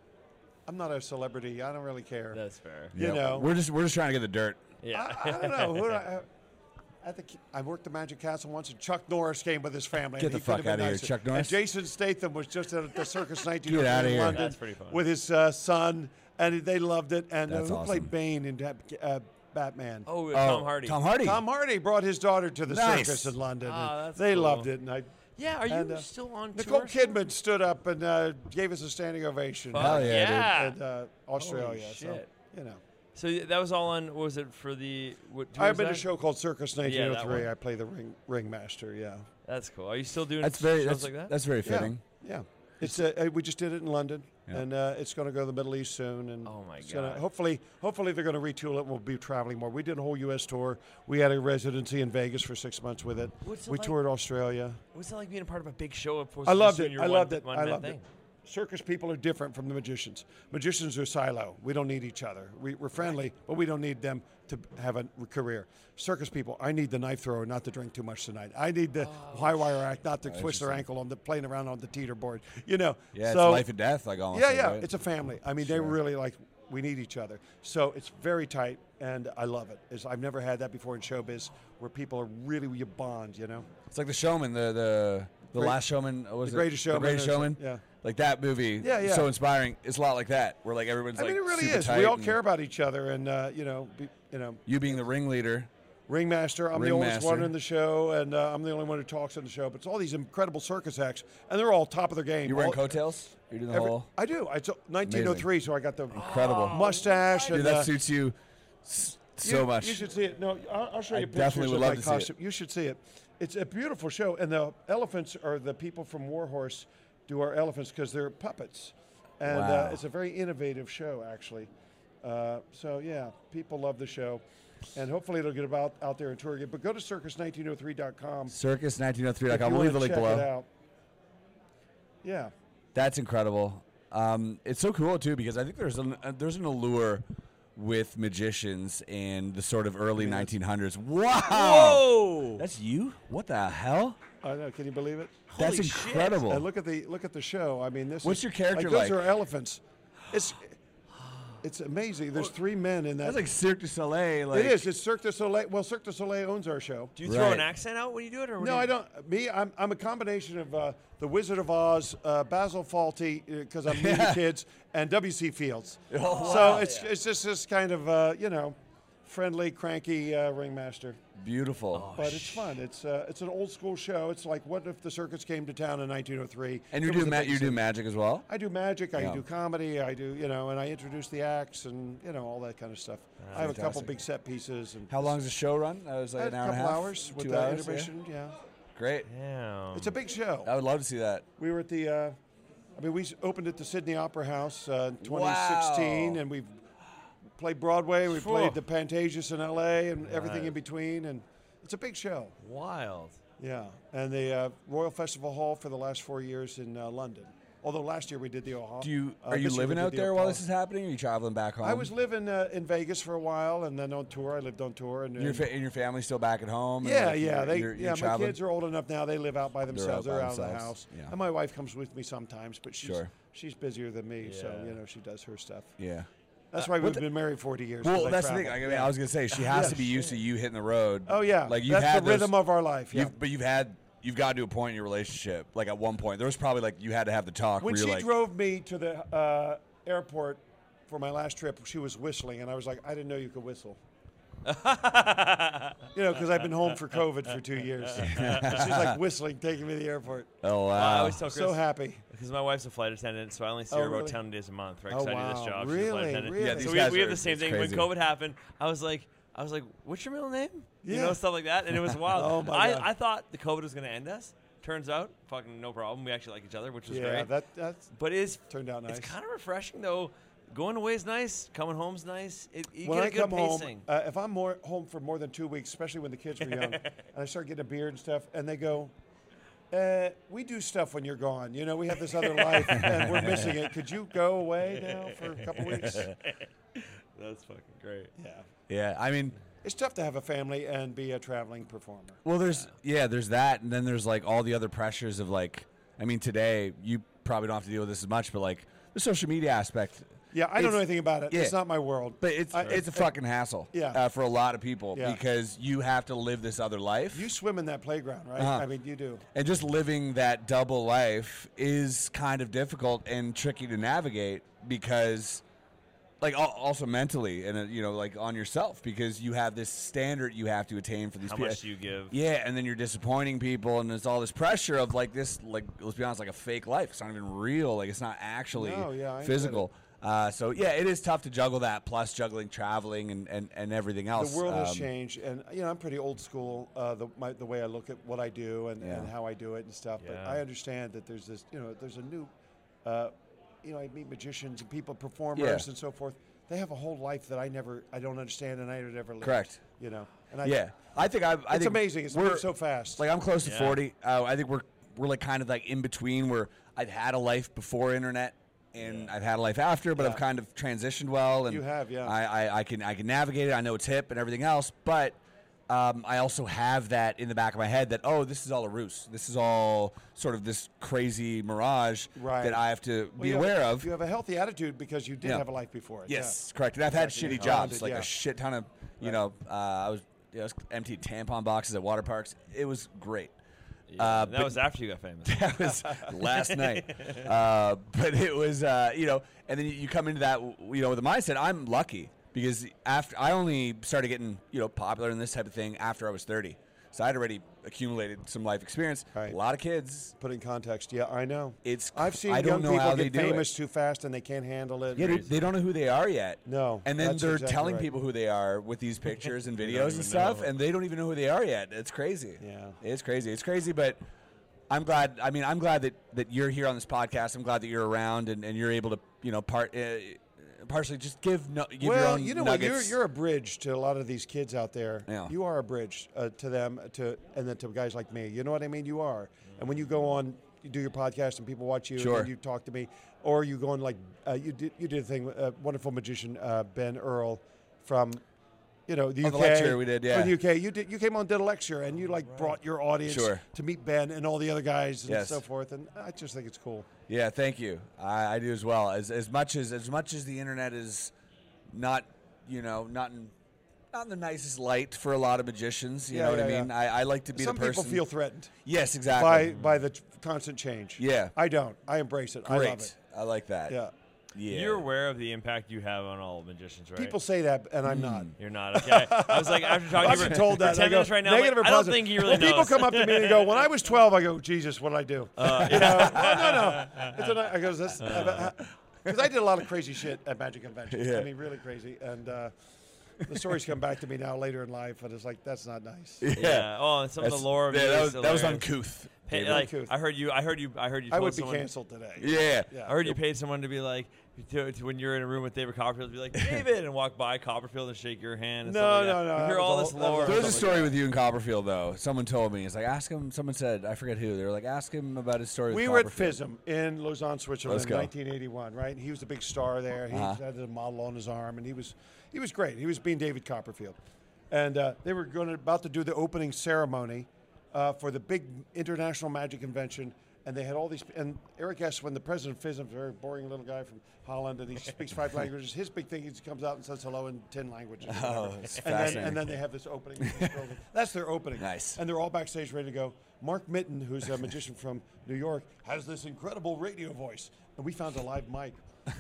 Speaker 2: I'm not a celebrity. I don't really care.
Speaker 1: That's fair.
Speaker 2: You know.
Speaker 3: we're just we're just trying to get the dirt.
Speaker 1: Yeah.
Speaker 2: I, I don't know. Who do I, uh, at the, I worked the Magic Castle once, and Chuck Norris came with his family.
Speaker 3: Get
Speaker 2: and
Speaker 3: the
Speaker 2: he couldn't
Speaker 3: fuck
Speaker 2: have been
Speaker 3: outta here,
Speaker 2: nicer.
Speaker 3: Chuck Norris.
Speaker 2: And Jason Statham was just at the Circus 19
Speaker 3: Get outta
Speaker 2: in
Speaker 3: here.
Speaker 2: London
Speaker 1: That's pretty fun.
Speaker 2: with his uh, son, and they loved it. And uh,
Speaker 3: That's
Speaker 2: who
Speaker 3: awesome.
Speaker 2: played Bane in Bat- uh, Batman?
Speaker 1: Oh, Tom Hardy.
Speaker 3: Tom Hardy.
Speaker 2: Tom Hardy brought his daughter to the
Speaker 3: Nice.
Speaker 2: circus in London. and
Speaker 1: Ah, that's
Speaker 2: they
Speaker 1: cool.
Speaker 2: loved it, and I.
Speaker 1: Yeah, are you
Speaker 2: and, uh,
Speaker 1: still on
Speaker 2: Nicole
Speaker 1: tour? still?
Speaker 2: Kidman stood up and uh, gave us a standing ovation.
Speaker 1: Fuck
Speaker 3: Hell
Speaker 2: in-
Speaker 3: yeah, dude.
Speaker 1: yeah.
Speaker 2: in, uh, Australia. So,
Speaker 1: shit.
Speaker 2: you know.
Speaker 1: So y- that was all on. What was it for the? What tour
Speaker 2: I've
Speaker 1: was
Speaker 2: been to a
Speaker 1: that?
Speaker 2: show called Circus
Speaker 1: that
Speaker 2: 1903.
Speaker 1: one.
Speaker 2: I play the ring ringmaster. Yeah,
Speaker 1: That's cool. Are you still doing
Speaker 3: That's very
Speaker 1: shows
Speaker 3: that's,
Speaker 1: like that?
Speaker 3: that's very
Speaker 2: yeah,
Speaker 3: fitting.
Speaker 2: yeah. It's uh, uh, we just did it in London,
Speaker 3: Yeah.
Speaker 2: and uh, it's going to go to the Middle East soon. And
Speaker 1: Oh my
Speaker 2: it's gonna-
Speaker 1: God.
Speaker 2: hopefully, hopefully they're going to retool it. and We'll be traveling more. We did a whole U.S. tour. We had a residency in Vegas for six months with it.
Speaker 1: What's it
Speaker 2: we
Speaker 1: like-
Speaker 2: toured Australia.
Speaker 1: What's it like being a part of a big show? Of course,
Speaker 2: I
Speaker 1: just
Speaker 2: loved
Speaker 1: doing
Speaker 2: it.
Speaker 1: your
Speaker 2: I
Speaker 1: one-
Speaker 2: loved it. I
Speaker 1: one-man
Speaker 2: loved
Speaker 1: thing.
Speaker 2: it. Circus people are different from the magicians. Magicians are silo. We don't need each other. We, we're friendly, but we don't need them to have a career. Circus people, I need the knife thrower not to drink too much tonight. I need the
Speaker 3: Oh,
Speaker 2: high wire act not to twist their ankle on the playing around on the teeter board. You know.
Speaker 3: Yeah, it's
Speaker 2: so,
Speaker 3: life and death, like almost.
Speaker 2: Yeah,
Speaker 3: like,
Speaker 2: yeah.
Speaker 3: right?
Speaker 2: It's a family. I mean, they really like we need each other. So it's very tight, and I love it. It's, I've never had that before in showbiz, where people are really you bond. You know.
Speaker 3: It's like the Showman, the the the
Speaker 2: Great-
Speaker 3: last Showman. what Was
Speaker 2: The
Speaker 3: it?
Speaker 2: Greatest
Speaker 3: The
Speaker 2: Showman
Speaker 3: Greatest
Speaker 2: or
Speaker 3: Showman.
Speaker 2: something, yeah.
Speaker 3: Like that movie.
Speaker 2: Yeah, yeah.
Speaker 3: So inspiring. It's a lot like that, where like everyone's
Speaker 2: I
Speaker 3: like.
Speaker 2: mean, it really
Speaker 3: super
Speaker 2: is.
Speaker 3: tight
Speaker 2: We all
Speaker 3: and
Speaker 2: care about each other, and uh, you know, be, you know,
Speaker 3: You being the ringleader.
Speaker 2: ringmaster. I'm the oldest
Speaker 3: Ringmaster.
Speaker 2: one in the show, and uh, I'm the only one who talks on the show. But it's all these incredible circus acts, and they're all top of their game.
Speaker 3: You wearing
Speaker 2: All-
Speaker 3: coattails. You're doing the
Speaker 2: every-
Speaker 3: whole.
Speaker 2: I do. I t- 1903, so I got the
Speaker 3: Incredible.
Speaker 2: mustache.
Speaker 3: Dude,
Speaker 2: and,
Speaker 3: that
Speaker 2: uh,
Speaker 3: suits you s-
Speaker 2: you-
Speaker 3: so much.
Speaker 2: You should see it. No, I'll, I'll show
Speaker 3: I
Speaker 2: you pictures
Speaker 3: definitely would
Speaker 2: of
Speaker 3: love
Speaker 2: my
Speaker 3: to see it.
Speaker 2: costume. You should see it. It's a beautiful show, and the elephants are the people from Warhorse do our elephants because they're puppets, and
Speaker 3: Wow.
Speaker 2: uh, it's a very innovative show actually. Uh, so yeah, people love the show, and hopefully it'll get about out there and tour again. But go to circus1903.com. if
Speaker 3: Circus1903.com.
Speaker 2: you
Speaker 3: We'll leave
Speaker 2: wanna
Speaker 3: the link
Speaker 2: check it
Speaker 3: below.
Speaker 2: out. Yeah.
Speaker 3: That's incredible. Um, it's so cool too because I think there's an uh, there's an allure with magicians in the sort of early 1900s. Wow.
Speaker 2: Oh!
Speaker 1: Whoa!
Speaker 3: That's you? What the hell?
Speaker 2: I know. Can you believe it?
Speaker 3: That's
Speaker 1: Holy shit.
Speaker 3: incredible.
Speaker 2: And look at the look at the show. I mean, this.
Speaker 3: What's
Speaker 2: is-
Speaker 3: your character
Speaker 2: Those
Speaker 3: like?
Speaker 2: are elephants. It's it's amazing. There's three men in that.
Speaker 3: That's like Cirque du Soleil. Like,
Speaker 2: it is. It's Cirque du Soleil. Well, Cirque du Soleil owns our show.
Speaker 1: Do you throw
Speaker 3: Right.
Speaker 1: an accent out when you do it, or what do
Speaker 2: No,
Speaker 1: you-
Speaker 2: I don't. Me, I'm, I'm a combination of uh, the Wizard of Oz, uh, Basil Fawlty, because I'm mean to kids, and W.C. Fields.
Speaker 3: Oh,
Speaker 2: so it's it's just this kind of uh, you know, friendly, cranky uh, ringmaster.
Speaker 3: Beautiful.
Speaker 2: But it's fun. It's uh, it's an old school show. It's like what if the circus came to town in 1903?
Speaker 3: and you
Speaker 2: It
Speaker 3: do
Speaker 2: was the
Speaker 3: ma-
Speaker 2: biggest
Speaker 3: you do
Speaker 2: thing.
Speaker 3: magic as well?
Speaker 2: I do magic. I
Speaker 3: Yeah.
Speaker 2: do comedy. I do you know, and I introduce the acts and you know all that kind of stuff. I have a couple
Speaker 3: Ah, Fantastic.
Speaker 2: big set pieces and
Speaker 3: How long does the show run? That was
Speaker 2: I
Speaker 3: like
Speaker 2: had
Speaker 3: an
Speaker 2: a
Speaker 3: hour
Speaker 2: Uh,
Speaker 3: and
Speaker 2: couple
Speaker 3: a half.
Speaker 2: hours with
Speaker 3: two
Speaker 2: the
Speaker 3: hours. yeah. Um, uh,
Speaker 2: intermission. Yeah.
Speaker 3: Great.
Speaker 1: Damn.
Speaker 2: it's a big show.
Speaker 3: I would love to see that.
Speaker 2: we were at the, uh, I mean, we s- opened at the Sydney Opera House uh, in 2016,
Speaker 3: Wow.
Speaker 2: and we've played Broadway. We
Speaker 1: Phew.
Speaker 2: played the Pantages in L.A. and everything in
Speaker 1: Nice.
Speaker 2: between, and it's a big show.
Speaker 1: wild.
Speaker 2: Yeah, and the uh, Royal Festival Hall for the last four years in uh, London. Although last year we did the Ohio.
Speaker 3: Do you
Speaker 2: uh,
Speaker 3: are you
Speaker 2: this year we
Speaker 3: living
Speaker 2: did
Speaker 3: out
Speaker 2: the
Speaker 3: there while
Speaker 2: Apollo.
Speaker 3: this is happening? Or are you traveling back home?
Speaker 2: I was living uh, in Vegas for a while, and then on tour. I lived on tour, and,
Speaker 3: Your
Speaker 2: and-
Speaker 3: fa- and your family's still back at home. and,
Speaker 2: yeah,
Speaker 3: like,
Speaker 2: yeah,
Speaker 3: you're-
Speaker 2: they,
Speaker 3: you're-
Speaker 2: yeah.
Speaker 3: you're
Speaker 2: my
Speaker 3: traveling?
Speaker 2: kids are old enough now; they live out by themselves.
Speaker 3: by
Speaker 2: They're, out of the
Speaker 3: themselves,
Speaker 2: house,
Speaker 3: yeah.
Speaker 2: and my wife comes with me sometimes, but she's
Speaker 3: Sure.
Speaker 2: she's busier than me, so
Speaker 1: Yeah.
Speaker 2: you know she does her stuff.
Speaker 3: Yeah.
Speaker 2: That's why we've been married forty years. 'cause
Speaker 3: Well,
Speaker 2: I
Speaker 3: that's the thing.
Speaker 2: travel.
Speaker 3: Like, I, mean,
Speaker 2: Yeah.
Speaker 3: I was gonna say she has
Speaker 2: Yeah,
Speaker 3: to be used to you hitting the road.
Speaker 2: oh yeah,
Speaker 3: Like you've
Speaker 2: that's
Speaker 3: had
Speaker 2: the rhythm
Speaker 3: those,
Speaker 2: of our life. Yeah.
Speaker 3: You've, but you've had you've gotten to a point in your relationship. Like at one point, there was probably like you had to have the talk.
Speaker 2: When
Speaker 3: where
Speaker 2: she
Speaker 3: you're like,
Speaker 2: drove me to the uh, airport for my last trip, she was whistling, and I was like, I didn't know you could whistle. you know, because I've been home for COVID for two years. She's like whistling, taking me to the airport.
Speaker 3: oh wow,
Speaker 1: I always tell Chris
Speaker 2: So happy.
Speaker 1: because my wife's a flight attendant, so I only see
Speaker 2: Oh,
Speaker 1: her about
Speaker 2: really?
Speaker 1: ten days a month, right?
Speaker 2: Oh,
Speaker 1: 'cause I do this job.
Speaker 2: wow.
Speaker 1: She's a flight
Speaker 2: Really?
Speaker 1: attendant.
Speaker 2: Really? Yeah,
Speaker 1: so
Speaker 2: these
Speaker 1: we,
Speaker 3: guys
Speaker 1: we have
Speaker 3: are-
Speaker 1: the same
Speaker 3: it's
Speaker 1: thing.
Speaker 3: crazy.
Speaker 1: When COVID happened, I was like, I was like, "What's your middle name?" You know,
Speaker 2: Yeah.
Speaker 1: stuff like that, and it was wild.
Speaker 2: Oh, my
Speaker 1: I,
Speaker 2: God.
Speaker 1: I thought the COVID was going to end us. Turns out, fucking no problem. We actually like each other, which is
Speaker 2: Yeah,
Speaker 1: great.
Speaker 2: that that's
Speaker 1: but it's
Speaker 2: turned out nice.
Speaker 1: It's kind of refreshing though. Going away is nice. Coming home's nice. It, you
Speaker 2: when
Speaker 1: get
Speaker 2: I
Speaker 1: a good
Speaker 2: come
Speaker 1: pacing.
Speaker 2: home, uh, if I'm more home for more than two weeks, especially when the kids were young, and I start getting a beard and stuff, and they go, uh, "We do stuff when you're gone. You know, we have this other life, and we're missing it. Could you go away now for a couple weeks?"
Speaker 1: That's fucking great.
Speaker 2: Yeah,
Speaker 3: yeah. I mean,
Speaker 2: it's tough to have a family and be a traveling performer.
Speaker 3: well, there's yeah, there's that, and then there's like all the other pressures of like, I mean, today you probably don't have to deal with this as much, but like the social media aspect.
Speaker 2: Yeah, I don't
Speaker 3: It's-
Speaker 2: know anything about it.
Speaker 3: yeah.
Speaker 2: It's not my world.
Speaker 3: But it's
Speaker 2: I-
Speaker 3: it's a fucking hassle
Speaker 2: Yeah.
Speaker 3: uh, for a lot of people
Speaker 2: Yeah.
Speaker 3: because you have to live this other life.
Speaker 2: you swim in that playground, right?
Speaker 3: Uh-huh.
Speaker 2: I mean, you do.
Speaker 3: and just living that double life is kind of difficult and tricky to navigate because like al- also mentally and uh, you know like on yourself because you have this standard you have to attain for these
Speaker 1: How
Speaker 3: people
Speaker 1: much do you give?
Speaker 3: yeah and then you're disappointing people and there's all this pressure of like this like let's be honest like a fake life it's not even real like it's not actually
Speaker 2: No, yeah, I get
Speaker 3: physical uh, so yeah it is tough to juggle that plus juggling traveling and and, and everything else
Speaker 2: The world has
Speaker 3: Um,
Speaker 2: changed, and you know I'm pretty old school. Uh, the my, the way I look at what I do and,
Speaker 3: Yeah.
Speaker 2: and how I do it and stuff. But
Speaker 1: Yeah.
Speaker 2: I understand that there's this, you know, there's a new, uh, you know, I meet magicians and people, performers
Speaker 3: Yeah.
Speaker 2: and so forth. They have a whole life that I never, I don't understand, and I never lived.
Speaker 3: Correct.
Speaker 2: You know, and I,
Speaker 3: yeah i think i, I
Speaker 2: it's
Speaker 3: think
Speaker 2: amazing. It's
Speaker 3: we're
Speaker 2: moved so fast.
Speaker 3: Like I'm close to
Speaker 1: Yeah.
Speaker 3: 40. Uh, I think we're we're like kind of like in between where I've had a life before internet and I've had a life after, but I've
Speaker 2: Yeah.
Speaker 3: kind of transitioned well. And
Speaker 2: You have, yeah.
Speaker 3: I, I, I can I can navigate it. I know it's hip and everything else, but. Um, I also have that in the back of my head that oh this is all a ruse this is all sort of this crazy mirage
Speaker 2: Right.
Speaker 3: that I have to
Speaker 2: Well,
Speaker 3: be
Speaker 2: you have a-
Speaker 3: aware of
Speaker 2: You have a healthy attitude because you did
Speaker 3: Yeah.
Speaker 2: have a life before. it, yeah.
Speaker 3: Yes, correct. And I've had
Speaker 2: Exactly.
Speaker 3: shitty jobs,
Speaker 2: Grounded,
Speaker 3: like
Speaker 2: yeah.
Speaker 3: a shit ton of, you know, uh, I was, you know, I was emptied tampon boxes at water parks. It was great. Uh,
Speaker 1: that
Speaker 3: but
Speaker 1: was after you got famous.
Speaker 3: that was last night. Uh, but it was, uh, you know, and then you- you come into that, you know, with the mindset, I'm lucky because after I only started getting, you know, popular and this type of thing after I was 30. So I'd already accumulated some life experience,
Speaker 2: Right.
Speaker 3: a lot of kids.
Speaker 2: Put in context. Yeah, I know.
Speaker 3: It's-
Speaker 2: I've seen
Speaker 3: I don't
Speaker 2: young
Speaker 3: know
Speaker 2: people
Speaker 3: how
Speaker 2: get
Speaker 3: they do it.
Speaker 2: famous too fast and they can't handle it.
Speaker 3: Yeah, they, they don't know who they are yet.
Speaker 2: No,
Speaker 3: and then
Speaker 2: that's
Speaker 3: they're
Speaker 2: exactly
Speaker 3: telling
Speaker 2: right.
Speaker 3: people who they are with these pictures and
Speaker 1: don't
Speaker 3: videos
Speaker 1: even
Speaker 3: and stuff,
Speaker 1: know.
Speaker 3: and they don't even know who they are yet. It's crazy.
Speaker 2: Yeah.
Speaker 3: it's crazy. It's crazy, but I'm glad. I mean, I'm glad that, that you're here on this podcast. I'm glad that you're around and, and you're able to, you know, part uh, partially just give no, give your
Speaker 2: well,
Speaker 3: own
Speaker 2: you know
Speaker 3: nuggets.
Speaker 2: what? You're, you're a bridge to a lot of these kids out there.
Speaker 3: Yeah.
Speaker 2: You are a bridge uh, to them, to and then to guys like me. You know what I mean? You are. And when you go on, you do your podcast and people watch you,
Speaker 3: Sure.
Speaker 2: and then you talk to me, or you go on like uh, you did. You did a thing. with, Uh, wonderful magician uh, Ben Earl from. You know the
Speaker 3: Oh,
Speaker 2: UK.
Speaker 3: the lecture we did, yeah.
Speaker 2: Oh, the UK. You did. You came on, did a lecture, and you like brought your audience
Speaker 3: Sure.
Speaker 2: to meet Ben and all the other guys and
Speaker 3: Yes.
Speaker 2: so forth. And I just think it's cool.
Speaker 3: yeah, thank you. I, I do as well. As as much as as much as the internet is not, you know, not in not in the nicest light for a lot of magicians. You
Speaker 2: Yeah,
Speaker 3: know what
Speaker 2: yeah,
Speaker 3: I
Speaker 2: yeah.
Speaker 3: mean? I, I like to be
Speaker 2: Some
Speaker 3: the person.
Speaker 2: people feel threatened
Speaker 3: yes, exactly.
Speaker 2: by by the t- constant change.
Speaker 3: Yeah.
Speaker 2: I don't. I embrace it. I love it.
Speaker 3: Great. I, like that.
Speaker 2: Yeah.
Speaker 3: Yeah.
Speaker 1: You're aware of the impact you have on all magicians, right?
Speaker 2: People say that, and I'm
Speaker 3: Mm.
Speaker 2: not.
Speaker 1: You're not okay. I was like, after talking
Speaker 2: I've
Speaker 1: to you
Speaker 2: been
Speaker 1: for,
Speaker 2: told
Speaker 1: for
Speaker 2: that. and I
Speaker 1: ten
Speaker 2: go,
Speaker 1: minutes right now, I'm
Speaker 2: negative
Speaker 1: like,
Speaker 2: or
Speaker 1: I don't
Speaker 2: positive.
Speaker 1: think you really
Speaker 2: When
Speaker 1: know.
Speaker 2: people come up to me and go, "When I was 12," I go, "Jesus, what did I do?"
Speaker 1: Uh,
Speaker 2: You know, no, no, no. It's a, I goes, "That's." Because I did a lot of crazy shit at magic conventions.
Speaker 3: Yeah.
Speaker 2: I mean, really crazy. And uh, the stories come back to me now later in life, and it's like that's not nice.
Speaker 1: yeah. Oh, and some of the lore of
Speaker 3: yeah,
Speaker 1: you
Speaker 3: that was,
Speaker 1: is
Speaker 3: that was
Speaker 1: hilarious.
Speaker 3: uncouth.
Speaker 1: Hey,
Speaker 3: Gabriel.
Speaker 1: like,
Speaker 2: Uncouth.
Speaker 1: I heard you. I heard you. I heard you.
Speaker 2: I
Speaker 1: told
Speaker 2: would be
Speaker 1: someone-
Speaker 2: canceled today.
Speaker 3: yeah.
Speaker 1: I heard you paid someone to be like, to, to when you're in a room with David Copperfield, be like, David, and walk by Copperfield and shake your hand. And
Speaker 2: No,
Speaker 1: stuff like
Speaker 2: no,
Speaker 1: that.
Speaker 2: no,
Speaker 1: You
Speaker 2: that
Speaker 1: hear
Speaker 2: was
Speaker 1: all
Speaker 2: a
Speaker 1: this
Speaker 2: whole- that was
Speaker 1: lore.
Speaker 2: a
Speaker 3: There was a
Speaker 2: Something like
Speaker 3: story with you and Copperfield though. Someone told me. It's like ask him. Someone said I forget who. They were like ask him about his story.
Speaker 2: We
Speaker 3: with
Speaker 2: were at
Speaker 3: Copperfield.
Speaker 2: FISM in Lausanne, Switzerland,
Speaker 3: Let's
Speaker 2: in
Speaker 3: go. Uh-huh.
Speaker 2: 1981. Right, and he was the big star there. He had a model on his arm, and he was he was great. He was being David Copperfield, and uh, they were going to, about to do the opening ceremony uh, for the big international magic convention. And they had all these, and Eric Eswin, the president of FISM, is a very boring little guy from Holland, and he speaks five languages. His big thing is he comes out and says hello in ten languages. or whatever.
Speaker 3: Oh, it's
Speaker 2: and, then,
Speaker 3: fascinating.
Speaker 2: and then they have this opening. with this building. That's their opening.
Speaker 3: Nice.
Speaker 2: And they're all backstage ready to go. Mark Mitten, who's a magician from New York, has this incredible radio voice. And we found a live mic.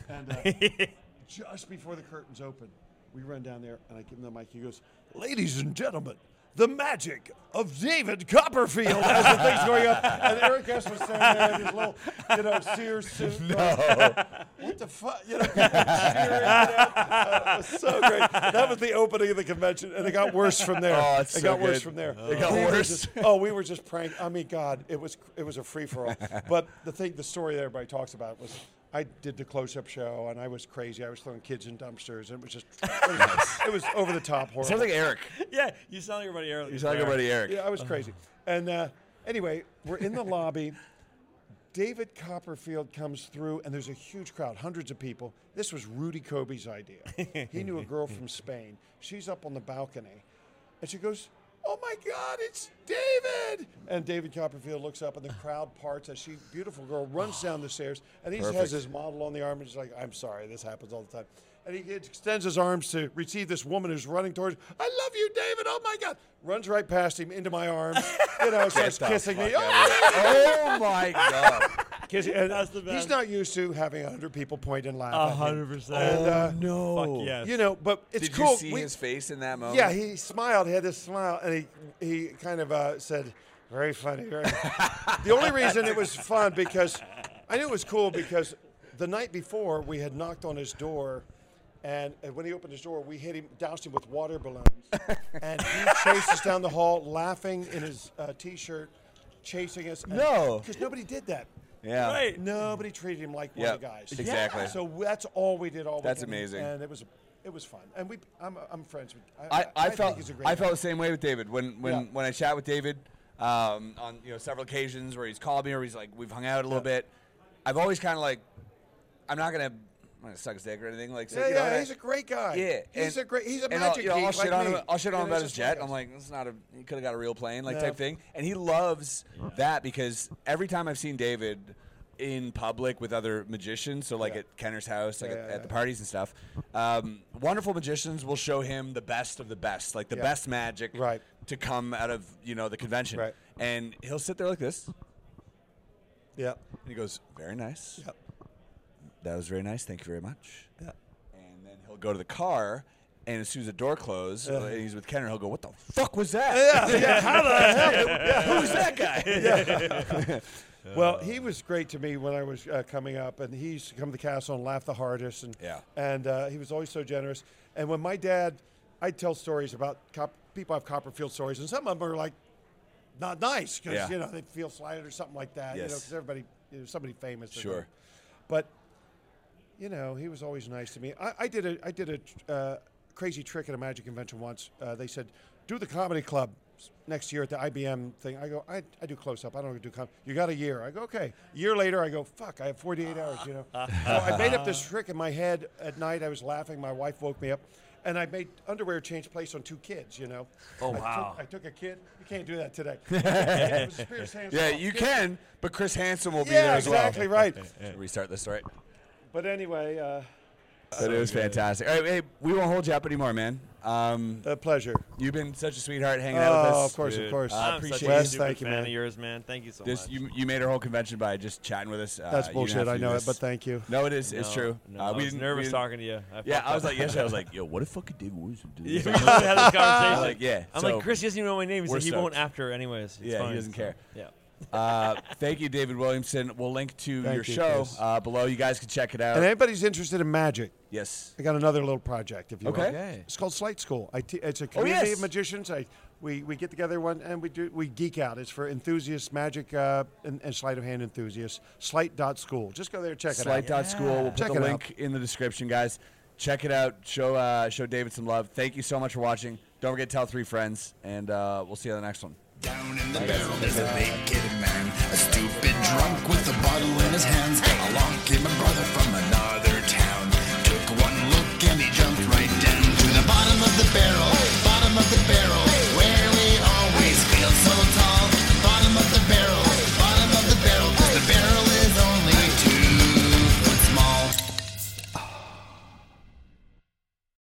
Speaker 2: And uh, just before the curtains open, we run down there and I give him the mic. He goes, Ladies and gentlemen, the magic of David Copperfield as the thing's going up. And Eric S was standing there in his little, you know, Sears suit. going, What the fuck? You know, people cheering, you know? Uh, it was so great. That was the opening of the convention. And it got worse from there.
Speaker 3: Oh, it's
Speaker 2: it
Speaker 3: so
Speaker 2: got worse
Speaker 3: good.
Speaker 2: from there.
Speaker 3: It got
Speaker 2: We were
Speaker 3: worse.
Speaker 2: just- oh, we were just prank. I mean, God, it was it was a free for all. but the thing, the story that everybody talks about was I did the close up show and I was crazy. I was throwing kids in dumpsters and it was just it was, it was over the top horrible.
Speaker 3: Sounds like Eric.
Speaker 1: yeah, you sound like everybody earlier.
Speaker 3: You sound like everybody Eric.
Speaker 2: yeah, I was crazy. And uh, anyway, we're in the lobby. David Copperfield comes through, and there's a huge crowd, hundreds of people. This was Rudy Kobe's idea. he knew a girl from Spain. She's up on the balcony, and she goes, oh my God, it's David! And David Copperfield looks up, and the crowd parts as she, beautiful girl, runs down the stairs, and he has
Speaker 3: Perfect.
Speaker 2: his model on the arm, and he's like, I'm sorry, this happens all the time. And he extends his arms to receive this woman who's running towards. I love you, David. Oh my God! Runs right past him into my arms. You know, starts kissing me. Oh,
Speaker 3: oh my god.
Speaker 2: kissing. And
Speaker 1: That's the
Speaker 2: He's
Speaker 1: best.
Speaker 2: not used to having hundred people point and laugh.
Speaker 1: A
Speaker 2: at him.
Speaker 1: hundred percent.
Speaker 2: And, uh,
Speaker 1: Fuck yes.
Speaker 2: You know, but it's
Speaker 3: Oh, Did
Speaker 2: cool.
Speaker 3: you see
Speaker 2: We-
Speaker 3: his face in that moment?
Speaker 2: yeah, he smiled. He had this smile, and he he kind of uh, said, "Very funny." Very. the only reason it was fun because I knew it was cool because the night before we had knocked on his door, and, and when he opened his door, we hit him, doused him with water balloons, and he chased us down the hall, laughing in his uh, t-shirt, chasing us.
Speaker 3: No.
Speaker 2: because nobody did that.
Speaker 3: Yeah.
Speaker 1: Right.
Speaker 2: Nobody treated him like one of the
Speaker 3: Yep,
Speaker 2: guys.
Speaker 3: exactly. Yeah.
Speaker 2: So that's all we did all
Speaker 3: That's
Speaker 2: weekend,
Speaker 3: amazing.
Speaker 2: And it was it was fun. And we I'm, I'm friends with
Speaker 3: I, I,
Speaker 2: think
Speaker 3: felt
Speaker 2: he's a great
Speaker 3: I
Speaker 2: guy.
Speaker 3: felt the same way with David when when,
Speaker 2: Yeah.
Speaker 3: when I chat with David um, on you know several occasions where he's called me or he's like we've hung out a little bit. I've always kind of like I'm not gonna I'm not gonna suck his dick or anything like so,
Speaker 2: Yeah,
Speaker 3: you know,
Speaker 2: yeah,
Speaker 3: I-
Speaker 2: he's a great guy.
Speaker 3: yeah,
Speaker 2: He's
Speaker 3: and-
Speaker 2: a great he's a
Speaker 3: and I'll-
Speaker 2: magic
Speaker 3: you know, I'll,
Speaker 2: geek
Speaker 3: shit
Speaker 2: like
Speaker 3: on
Speaker 2: me.
Speaker 3: him. I'll shit on
Speaker 2: You
Speaker 3: him
Speaker 2: know,
Speaker 3: about
Speaker 2: he's
Speaker 3: his
Speaker 2: just one
Speaker 3: jet.
Speaker 2: of those
Speaker 3: I'm like, this is not a. He could have got a real plane, like
Speaker 2: No.
Speaker 3: type thing. And he loves that because every time I've seen David in public with other magicians, so like
Speaker 2: Yeah.
Speaker 3: at Kenner's house, like
Speaker 2: Yeah,
Speaker 3: at,
Speaker 2: yeah,
Speaker 3: at the
Speaker 2: yeah.
Speaker 3: parties and stuff, um, wonderful magicians will show him the best of the best, like the
Speaker 2: Yeah.
Speaker 3: best magic
Speaker 2: Right.
Speaker 3: to come out of you know the convention.
Speaker 2: Right.
Speaker 3: And he'll sit there like this, and
Speaker 2: Yeah.
Speaker 3: he goes, "Very nice.
Speaker 2: Yep.
Speaker 3: That was very nice. Thank you very much."
Speaker 2: Yeah.
Speaker 3: and then he'll go to the car. And as soon as the door closes,
Speaker 2: Yeah.
Speaker 3: and he's with Kenner, he'll go, "What the fuck was that?
Speaker 2: yeah, how the hell?
Speaker 3: Who was that guy?"
Speaker 2: Well, he was great to me when I was uh, coming up, and he used to come to the castle and laugh the hardest, and
Speaker 3: Yeah.
Speaker 2: and uh, he was always so generous. And when my dad, I'd tell stories about cop- people have Copperfield stories, and some of them are like not nice because
Speaker 3: Yeah.
Speaker 2: you know they feel slighted or something like that. You know,
Speaker 3: Yes.
Speaker 2: because everybody, you know, somebody famous. that-
Speaker 3: Sure.
Speaker 2: but you know, he was always nice to me. I, I did a I did a uh, crazy trick at a magic convention once. Uh, they said, "Do the comedy club s- next year at the IBM thing." I go, "I, I do close up. I don't do comedy." You got a year. I go, "Okay." A year later, I go, "Fuck! I have 48 hours." You know, so I made up this trick in my head at night. I was laughing. My wife woke me up. And I made underwear change place on two kids, you know.
Speaker 1: Oh,
Speaker 2: I took-
Speaker 1: wow.
Speaker 2: I took, a kid. You can't do that today. It was Spears hands
Speaker 3: yeah,
Speaker 2: off.
Speaker 3: you can, but Chris Hansen will be
Speaker 2: Yeah,
Speaker 3: there as
Speaker 2: exactly
Speaker 3: well.
Speaker 2: right.
Speaker 3: Should we start this right?
Speaker 2: But anyway, uh,
Speaker 3: But it was fantastic. All right, hey, we won't hold you up anymore, man. Um,
Speaker 2: a pleasure.
Speaker 3: you've been such a sweetheart hanging out with us.
Speaker 2: Oh, of course, of
Speaker 1: Dude,
Speaker 2: course.
Speaker 1: I'm
Speaker 3: appreciate
Speaker 1: such
Speaker 3: it.
Speaker 1: a
Speaker 2: Wes,
Speaker 1: super
Speaker 2: thank you,
Speaker 1: fan
Speaker 2: man.
Speaker 1: of yours, man. Thank you so
Speaker 3: This,
Speaker 1: much.
Speaker 3: you, you made our whole convention by just chatting with us. Uh,
Speaker 2: That's
Speaker 3: you didn't have
Speaker 2: bullshit.
Speaker 3: to
Speaker 2: I
Speaker 3: do
Speaker 2: know it,
Speaker 3: this.
Speaker 2: but thank you.
Speaker 3: no, it is. It's
Speaker 1: No,
Speaker 3: true.
Speaker 1: no, I was
Speaker 3: Uh, didn't-
Speaker 1: nervous
Speaker 3: didn't-
Speaker 1: talking to you. I
Speaker 3: Yeah,
Speaker 1: fucked
Speaker 3: I was
Speaker 1: up.
Speaker 3: like yesterday. I was like, yo, what if fucking David Woods would do
Speaker 1: Yeah,
Speaker 3: this?
Speaker 1: we literally had this conversation.
Speaker 3: Like, yeah,
Speaker 1: I'm
Speaker 3: so-
Speaker 1: like, Chris doesn't even know my name. He
Speaker 3: We're
Speaker 1: said he won't
Speaker 3: stoked.
Speaker 1: after anyways. It's
Speaker 3: Yeah, he
Speaker 1: fine.
Speaker 3: doesn't
Speaker 1: So,
Speaker 3: care.
Speaker 1: Yeah.
Speaker 3: uh, thank you, David Williamson. We'll link to
Speaker 2: Thank
Speaker 3: your
Speaker 2: you,
Speaker 3: show
Speaker 2: Chris.
Speaker 3: uh, below. You guys can check it out.
Speaker 2: And anybody's interested in magic,
Speaker 3: yes.
Speaker 2: I got another little project. If you
Speaker 3: Okay.
Speaker 2: want.
Speaker 3: Okay.
Speaker 2: it's called Slight School. I te- it's a community
Speaker 3: yes.
Speaker 2: of magicians. I we, we get together one and we do we geek out. It's for enthusiasts, magic uh, and, and sleight of hand enthusiasts. Slight dot school. Just go there, check it out.
Speaker 3: Slight dot school. We'll put
Speaker 2: Check
Speaker 3: the
Speaker 2: it out.
Speaker 3: link in the description, guys. Check it out. Show uh, show David some love. Thank you so much for watching. Don't forget to tell three friends, and uh, we'll see you on the next one.
Speaker 5: Down in the barrel, there's a big kid man, a stupid